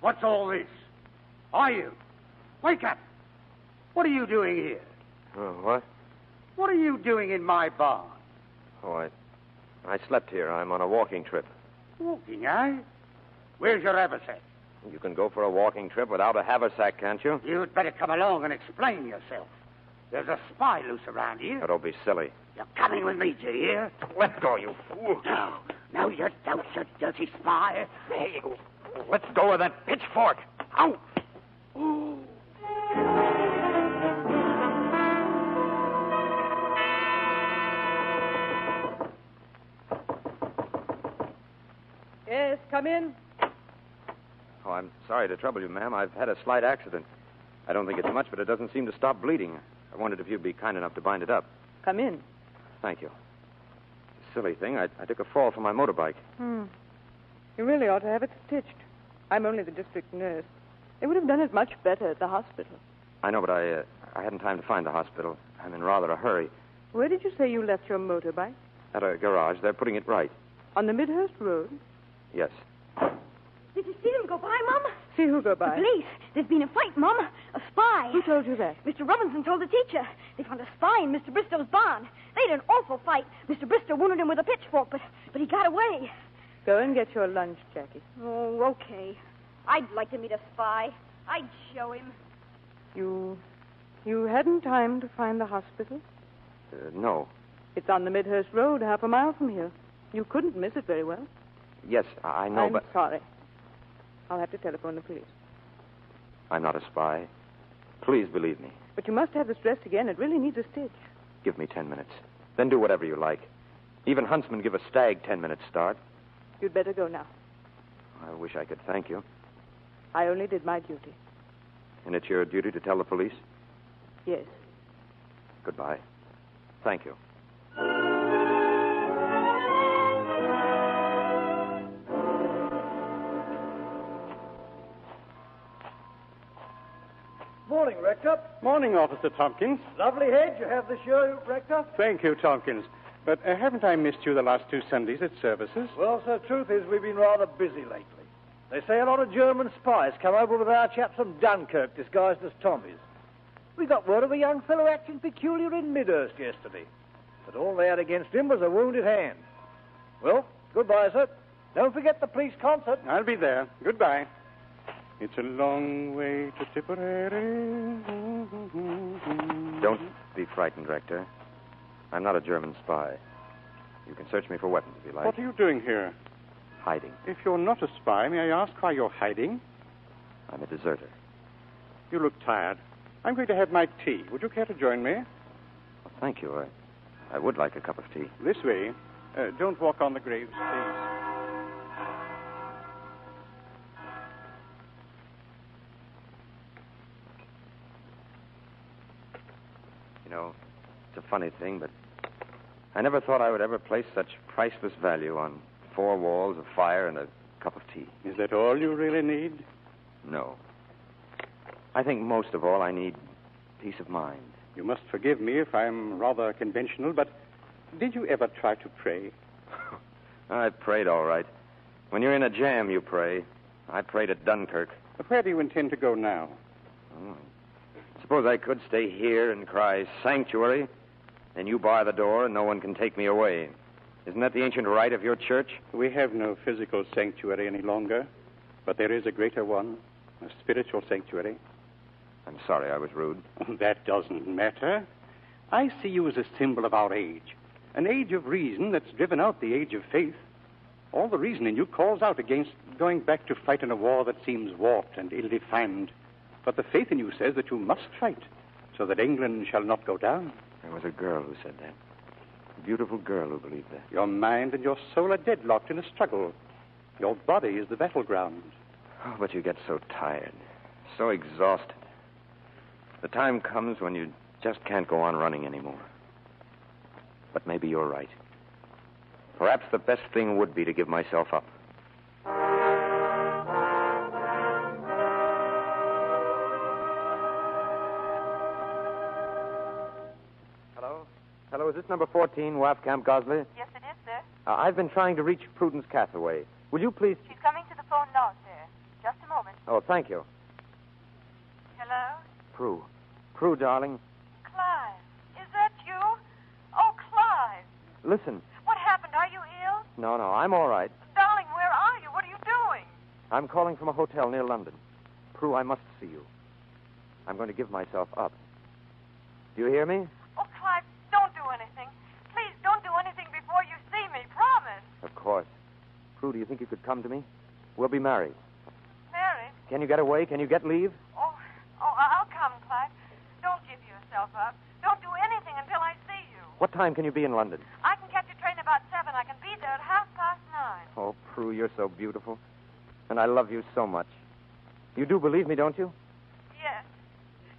What's all this? Are you? Wake up! What are you doing here? Oh, what? What are you doing in my barn? Oh, I, I slept here. I'm on a walking trip. Walking, eh? Where's your haversack? You can go for a walking trip without a haversack, can't you? You'd better come along and explain yourself. There's a spy loose around here. Now, don't be silly. You're coming with me, do you hear? Let go, you fool. No, no, you don't, you dirty spy. Hey, let go of that pitchfork. Out! Yes, come in. Oh, I'm sorry to trouble you, ma'am. I've had a slight accident. I don't think it's much, but it doesn't seem to stop bleeding. I wondered if you'd be kind enough to bind it up. Come in. Thank you. Silly thing. I, I took a fall from my motorbike. Hmm. You really ought to have it stitched. I'm only the district nurse. They would have done it much better at the hospital. I know, but I, uh, I hadn't time to find the hospital. I'm in rather a hurry. Where did you say you left your motorbike? At a garage. They're putting it right. On the Midhurst Road. Yes. Did you see them go by, Mom? See who go by. The police. There's been a fight, Mom. A spy. Who told you that? Mr. Robinson told the teacher. They found a spy in Mr. Bristow's barn. They had an awful fight. Mr. Bristow wounded him with a pitchfork, but, but he got away. Go and get your lunch, Jackie. Oh, okay. I'd like to meet a spy. I'd show him. You. You hadn't time to find the hospital? Uh, no. It's on the Midhurst Road, half a mile from here. You couldn't miss it very well. Yes, I know, I'm but sorry. I'll have to telephone the police. I'm not a spy. Please believe me. But you must have this dressed again. It really needs a stitch. Give me ten minutes. Then do whatever you like. Even huntsmen give a stag ten minutes start. You'd better go now. I wish I could thank you. I only did my duty. And it's your duty to tell the police? Yes. Goodbye. Thank you. Morning, Rector. Morning, Officer Tompkins. Lovely head you have this year, Rector. Thank you, Tompkins. But uh, haven't I missed you the last two Sundays at services? Well, sir, truth is we've been rather busy lately. They say a lot of German spies come over with our chaps from Dunkirk disguised as Tommies. We got word of a young fellow acting peculiar in Midhurst yesterday. But all they had against him was a wounded hand. Well, goodbye, sir. Don't forget the police concert. I'll be there. Goodbye. It's a long way to Tipperary. Don't be frightened, Rector. I'm not a German spy. You can search me for weapons if you like. What are you doing here? Hiding. If you're not a spy, may I ask why you're hiding? I'm a deserter. You look tired. I'm going to have my tea. Would you care to join me? Thank you. I, I would like a cup of tea. This way. Uh, don't walk on the graves, please. You know, it's a funny thing, but I never thought I would ever place such priceless value on four walls, a fire, and a cup of tea. Is that all you really need? No. I think most of all I need peace of mind. You must forgive me if I'm rather conventional, but did you ever try to pray? I prayed all right. When you're in a jam, you pray. I prayed at Dunkirk. Where do you intend to go now? Oh. Suppose I could stay here and cry sanctuary, and you bar the door and no one can take me away. Isn't that the ancient rite of your church? We have no physical sanctuary any longer, but there is a greater one, a spiritual sanctuary. I'm sorry I was rude. That doesn't matter. I see you as a symbol of our age, an age of reason that's driven out the age of faith. All the reason in you calls out against going back to fight in a war that seems warped and ill defined. But the faith in you says that you must fight so that England shall not go down. There was a girl who said that. A beautiful girl who believed that. Your mind and your soul are deadlocked in a struggle. Your body is the battleground. Oh, but you get so tired, so exhausted. The time comes when you just can't go on running anymore. But maybe you're right. Perhaps the best thing would be to give myself up. Hello? Hello, is this number 14, Wafcamp Gosley? Yes, it is, sir. Uh, I've been trying to reach Prudence Cathaway. Will you please. She's coming to the phone now, sir. Just a moment. Oh, thank you. Hello? Prue. Prue, darling, Clive. Is that you? Oh, Clive. listen. What happened? Are you ill? No, no, I'm all right. Darling, where are you? What are you doing? I'm calling from a hotel near London. Prue, I must see you. I'm going to give myself up. Do you hear me? Oh, Clive, don't do anything. Please don't do anything before you see me. Promise. Of course. Prue, do you think you could come to me? We'll be married. Mary. Can you get away? Can you get leave? Oh, oh, I- I'll come, Clive. Don't give yourself up. Don't do anything until I see you. What time can you be in London? I can catch a train about seven. I can be there at half past nine. Oh, Prue, you're so beautiful. And I love you so much. You do believe me, don't you? Yes.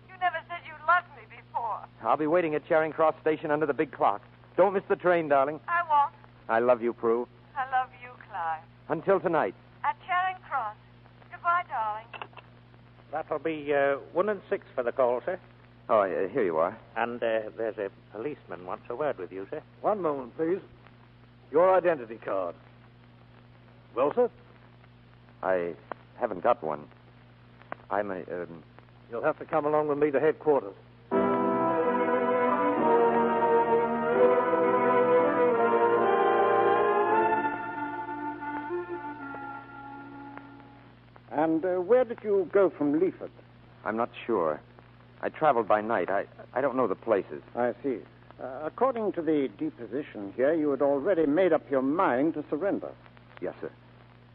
You never said you loved me before. I'll be waiting at Charing Cross Station under the big clock. Don't miss the train, darling. I won't. I love you, Prue. I love you, Clive. Until tonight. At Charing Cross. Goodbye, darling. That'll be uh, one and six for the call, sir. Oh, uh, here you are. And uh, there's a policeman wants a word with you, sir. One moment, please. Your identity card. Well, sir, I haven't got one. I'm a. Um, you'll have to come along with me to headquarters. And uh, where did you go from Leaford? I'm not sure. I traveled by night. I, I don't know the places. I see. Uh, according to the deposition here, you had already made up your mind to surrender. Yes, sir.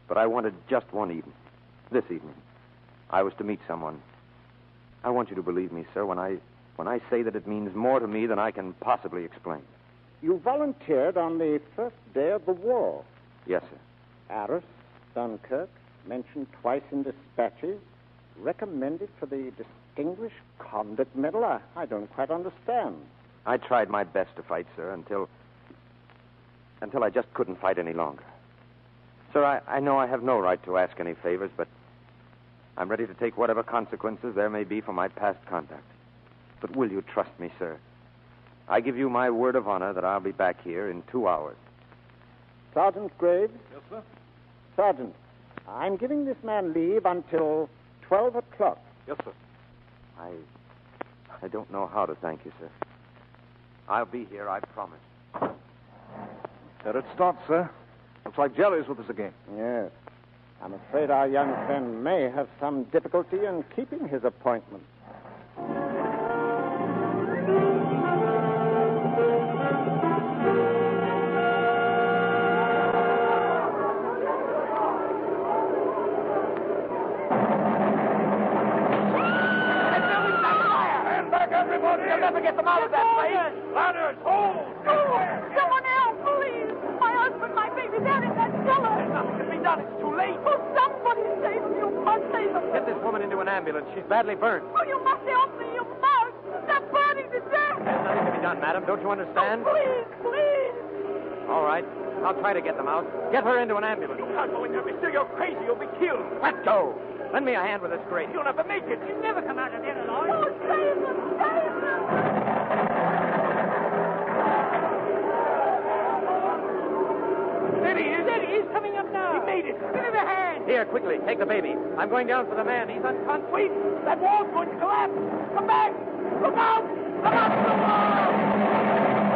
But I wanted just one evening. This evening. I was to meet someone. I want you to believe me, sir, when I when I say that it means more to me than I can possibly explain. You volunteered on the first day of the war. Yes, sir. Arras, Dunkirk, mentioned twice in dispatches, recommended for the Distinguished Conduct Medal. I, I don't quite understand. I tried my best to fight, sir, until until I just couldn't fight any longer. Sir, I, I know I have no right to ask any favors, but I'm ready to take whatever consequences there may be for my past conduct. But will you trust me, sir? I give you my word of honor that I'll be back here in two hours. Sergeant Graves? Yes, sir. Sergeant, I'm giving this man leave until 12 o'clock. Yes, sir. I I don't know how to thank you, sir. I'll be here, I promise. There it starts, sir. Looks like Jerry's with us again. Yes. I'm afraid our young friend may have some difficulty in keeping his appointment. Doors! Hold! Someone else, please! My husband, my baby, they're in that cellar! There's nothing can be done. It's too late. Oh, somebody save them! You must save them! Get this woman into an ambulance. She's badly burned. Oh, you must help me! You must! They're burning to death! There's nothing to be done, madam. Don't you understand? Please, please! All right. I'll try to get them out. Get her into an ambulance. You can't go in there, mister. You're crazy. You'll be killed. Let go. Lend me a hand with this grate. You'll never make it. You'll never come out of there alive. Oh, save them! Save them! There he is. There he is, coming up now. He made it. Give him a hand. Here, quickly, take the baby. I'm going down for the man. He's unconscious. Wait. That wall's going to collapse. Come back. Look out. Come out from the wall.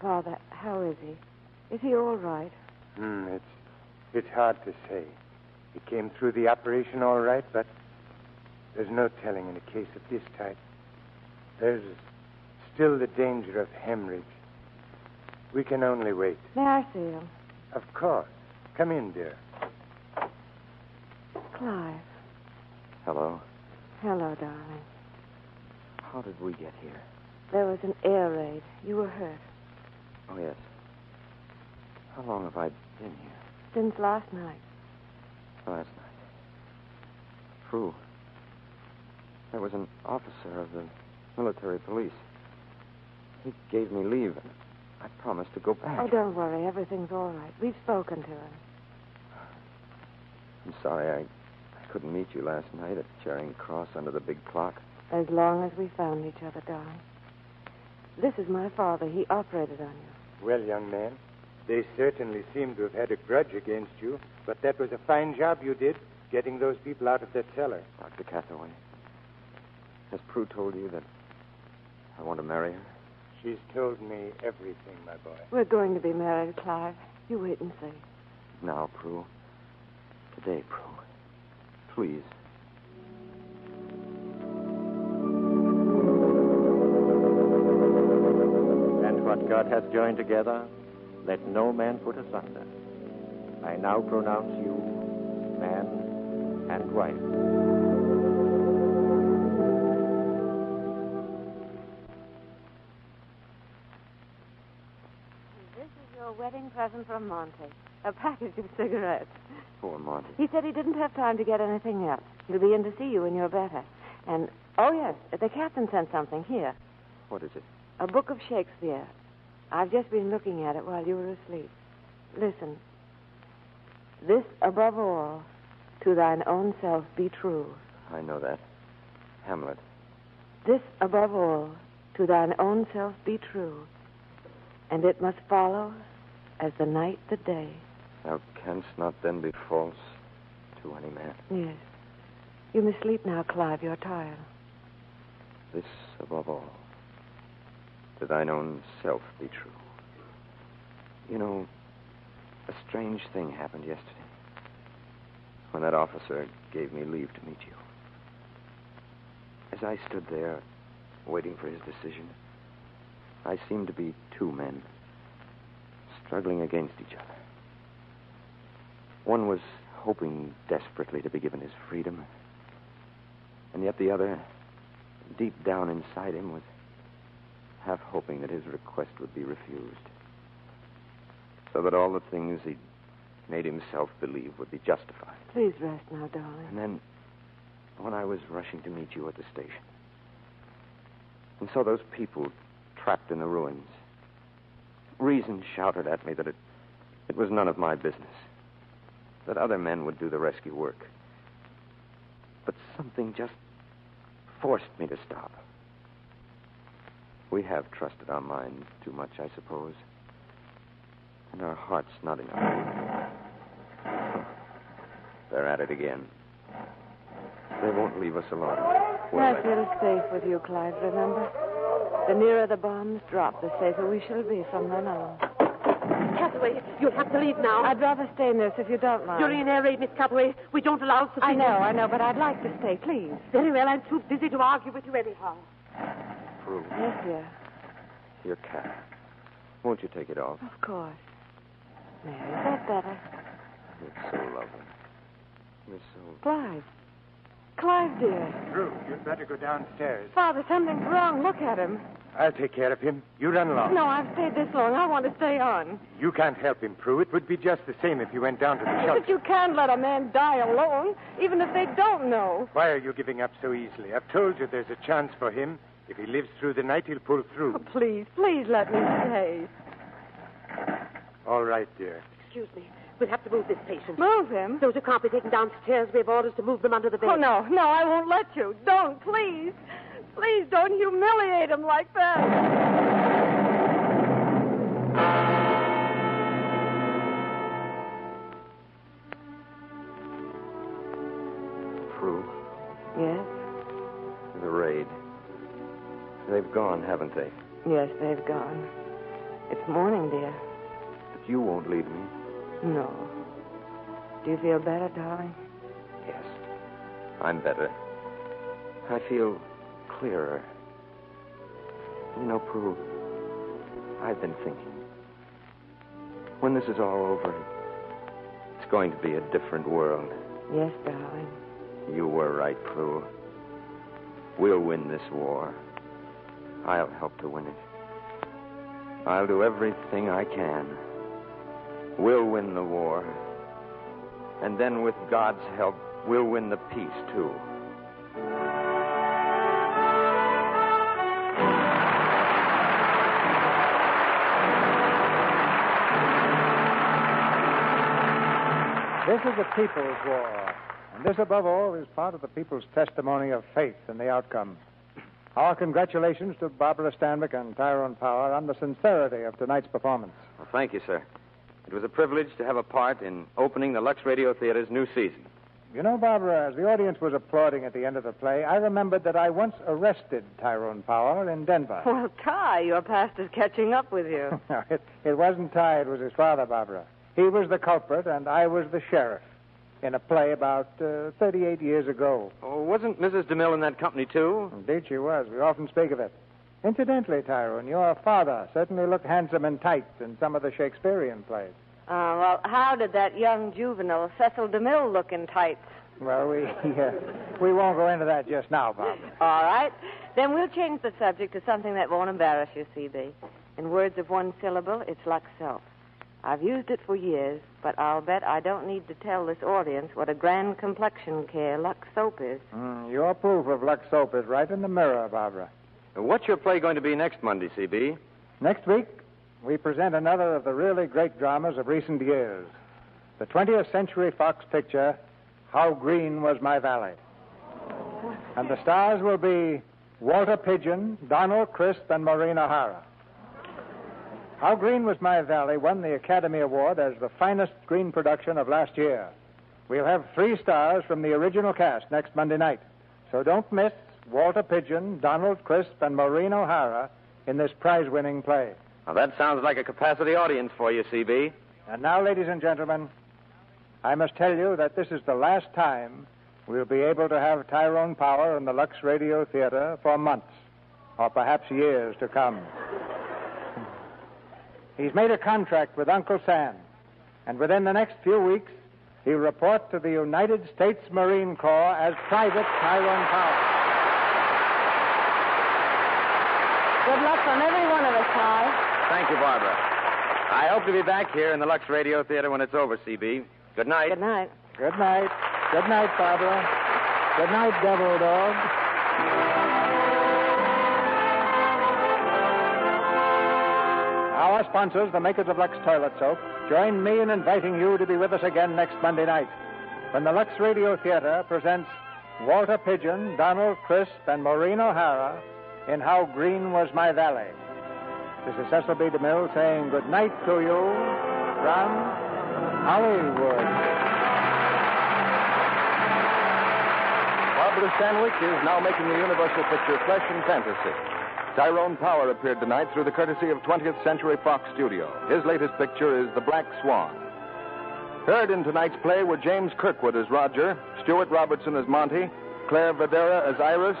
Father, how is he? Is he all right? Hmm, it's, it's hard to say. He came through the operation all right, but there's no telling in a case of this type. There's still the danger of hemorrhage. We can only wait. May I see him? Of course. Come in, dear. Clive. Hello. Hello, darling. How did we get here? There was an air raid. You were hurt. Oh, yes. How long have I been here? Since last night. Last night. True. There was an officer of the military police. He gave me leave, and I promised to go back. Oh, don't worry. Everything's all right. We've spoken to him. I'm sorry I, I couldn't meet you last night at Charing Cross under the big clock. As long as we found each other, darling. This is my father. He operated on you. Well, young man, they certainly seem to have had a grudge against you, but that was a fine job you did, getting those people out of that cellar. Dr. Cathaway, has Prue told you that I want to marry her? She's told me everything, my boy. We're going to be married, Clive. You wait and see. Now, Prue. Today, Prue. Please. And what God hath joined together, let no man put asunder. I now pronounce you man and wife. This is your wedding present from Monty. A package of cigarettes. Poor Monty. He said he didn't have time to get anything else. He'll be in to see you when you're better. And, oh, yes, the captain sent something here. What is it? A book of Shakespeare. I've just been looking at it while you were asleep. Listen. This above all, to thine own self be true. I know that. Hamlet. This above all, to thine own self be true. And it must follow as the night the day. Thou canst not then be false to any man. Yes. You must sleep now, Clive. You're tired. This above all, to thine own self be true. You know, a strange thing happened yesterday when that officer gave me leave to meet you. As I stood there, waiting for his decision, I seemed to be two men struggling against each other. One was hoping desperately to be given his freedom, and yet the other, deep down inside him, was half hoping that his request would be refused. So that all the things he'd made himself believe would be justified. Please rest now, darling. And then, when I was rushing to meet you at the station, and saw those people trapped in the ruins, reason shouted at me that it, it was none of my business, that other men would do the rescue work. But something just forced me to stop. We have trusted our minds too much, I suppose, and our hearts not enough. They're at it again. They won't leave us alone. Well, I feel safe with you, Clive, remember? The nearer the bombs drop, the safer we shall be from then on. Hathaway, you'll have to leave now. I'd rather stay, nurse, if you don't mind. During an air raid, Miss Hathaway, we don't allow for I know, I know, but I'd like to stay, please. Very well, I'm too busy to argue with you anyhow. Prue. Yes, dear. Your cap. Won't you take it off? Of course. Mary, is that better? You're so lovely. You're so. Clive. Clive, dear. Drew, you'd better go downstairs. Father, something's wrong. Look at him. I'll take care of him. You run Oh. along. No, I've stayed this long. I want to stay on. You can't help him, Prue. It would be just the same if you went down to the shelter. But you can't let a man die alone, even if they don't know. Why are you giving up so easily? I've told you there's a chance for him. If he lives through the night, he'll pull through. Oh, please, please let me stay. All right, dear. Excuse me. We'll have to move this patient. Move him? Those who can't be taken downstairs, we have orders to move them under the bed. Oh, no, no, I won't let you. Don't, please. Please don't humiliate him like that. Prue, Yes, the raid. They've gone, haven't they? yes, they've gone. It's morning, dear. But you won't leave me. No. Do you feel better, darling? Yes. I'm better. I feel clearer. You know, Prue, I've been thinking. When this is all over, it's going to be a different world. Yes, darling. You were right, Prue. We'll win this war. I'll help to win it. I'll do everything I can. We'll win the war. And then, with God's help, we'll win the peace, too. This is a people's war, and this, above all, is part of the people's testimony of faith in the outcome. Our congratulations to Barbara Stanwyck and Tyrone Power on the sincerity of tonight's performance. Well, thank you, sir. It was a privilege to have a part in opening the Lux Radio Theater's new season. You know, Barbara, as the audience was applauding at the end of the play, I remembered that I once arrested Tyrone Power in Denver. Well, Ty, your past is catching up with you. No, it, it wasn't Ty, it was his father, Barbara. He was the culprit, and I was the sheriff in a play about uh, 38 years ago. Oh, wasn't Mrs. DeMille in that company, too? Indeed, she was. We often speak of it. Incidentally, Tyrone, your father certainly looked handsome and tight in some of the Shakespearean plays. Uh, well, how did that young juvenile Cecil DeMille look in tights? Well, we uh, we won't go into that just now, Bob. All right. Then we'll change the subject to something that won't embarrass you, CB. In words of one syllable, it's Lux soap. I've used it for years, but I'll bet I don't need to tell this audience what a grand complexion care Lux soap is. Mm, your proof of Lux soap is right in the mirror, Barbara. What's your play going to be next Monday, CB? Next week, we present another of the really great dramas of recent years. The 20th Century Fox picture, How Green Was My Valley. And the stars will be Walter Pigeon, Donald Crisp, and Maureen O'Hara. How Green Was My Valley won the Academy Award as the finest screen production of last year. We'll have three stars from the original cast next Monday night. So don't miss Walter Pigeon, Donald Crisp, and Maureen O'Hara in this prize winning play. Now, that sounds like a capacity audience for you, CB. And now, ladies and gentlemen, I must tell you that this is the last time we'll be able to have Tyrone Power in the Lux Radio Theater for months, or perhaps years to come. He's made a contract with Uncle Sam, and within the next few weeks, he'll report to the United States Marine Corps as Private Tyrone Power. Good luck on every one of us, Ty. Thank you, Barbara. I hope to be back here in the Lux Radio Theater when it's over, CB. Good night. Good night. Good night. Good night, Barbara. Good night, Devil Dog. Our sponsors, the makers of Lux Toilet Soap, join me in inviting you to be with us again next Monday night when the Lux Radio Theater presents Walter Pigeon, Donald Crisp, and Maureen O'Hara in How Green Was My Valley. This is Cecil B. DeMille saying good night to you from Hollywood. Barbara Stanwyck is now making the Universal picture Flesh and Fantasy. Tyrone Power appeared tonight through the courtesy of 20th Century Fox Studio. His latest picture is The Black Swan. Heard in tonight's play were James Kirkwood as Roger, Stuart Robertson as Monty, Claire Vedera as Iris,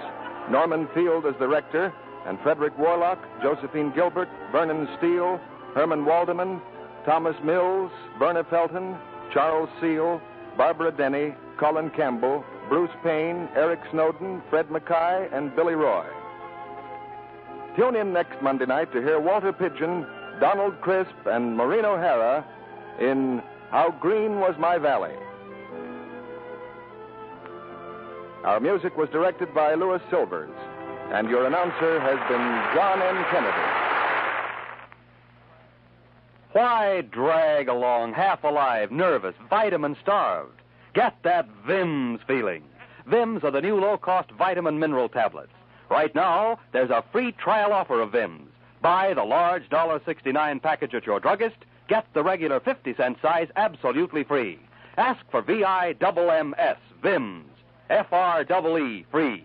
Norman Field as the Rector, and Frederick Warlock, Josephine Gilbert, Vernon Steele, Herman Waldeman, Thomas Mills, Verna Felton, Charles Seal, Barbara Denny, Colin Campbell, Bruce Payne, Eric Snowden, Fred Mackay, and Billy Roy. Tune in next Monday night to hear Walter Pigeon, Donald Crisp, and Maureen O'Hara in How Green Was My Valley. Our music was directed by Louis Silvers, and your announcer has been John M. Kennedy. Why drag along half alive, nervous, vitamin starved? Get that Vims feeling. Vims are the new low cost vitamin mineral tablets. Right now, there's a free trial offer of Vims. Buy the large $1.69 package at your druggist, get the regular 50 cent size absolutely free. Ask for VIMMS, Vims, FREE, E, free.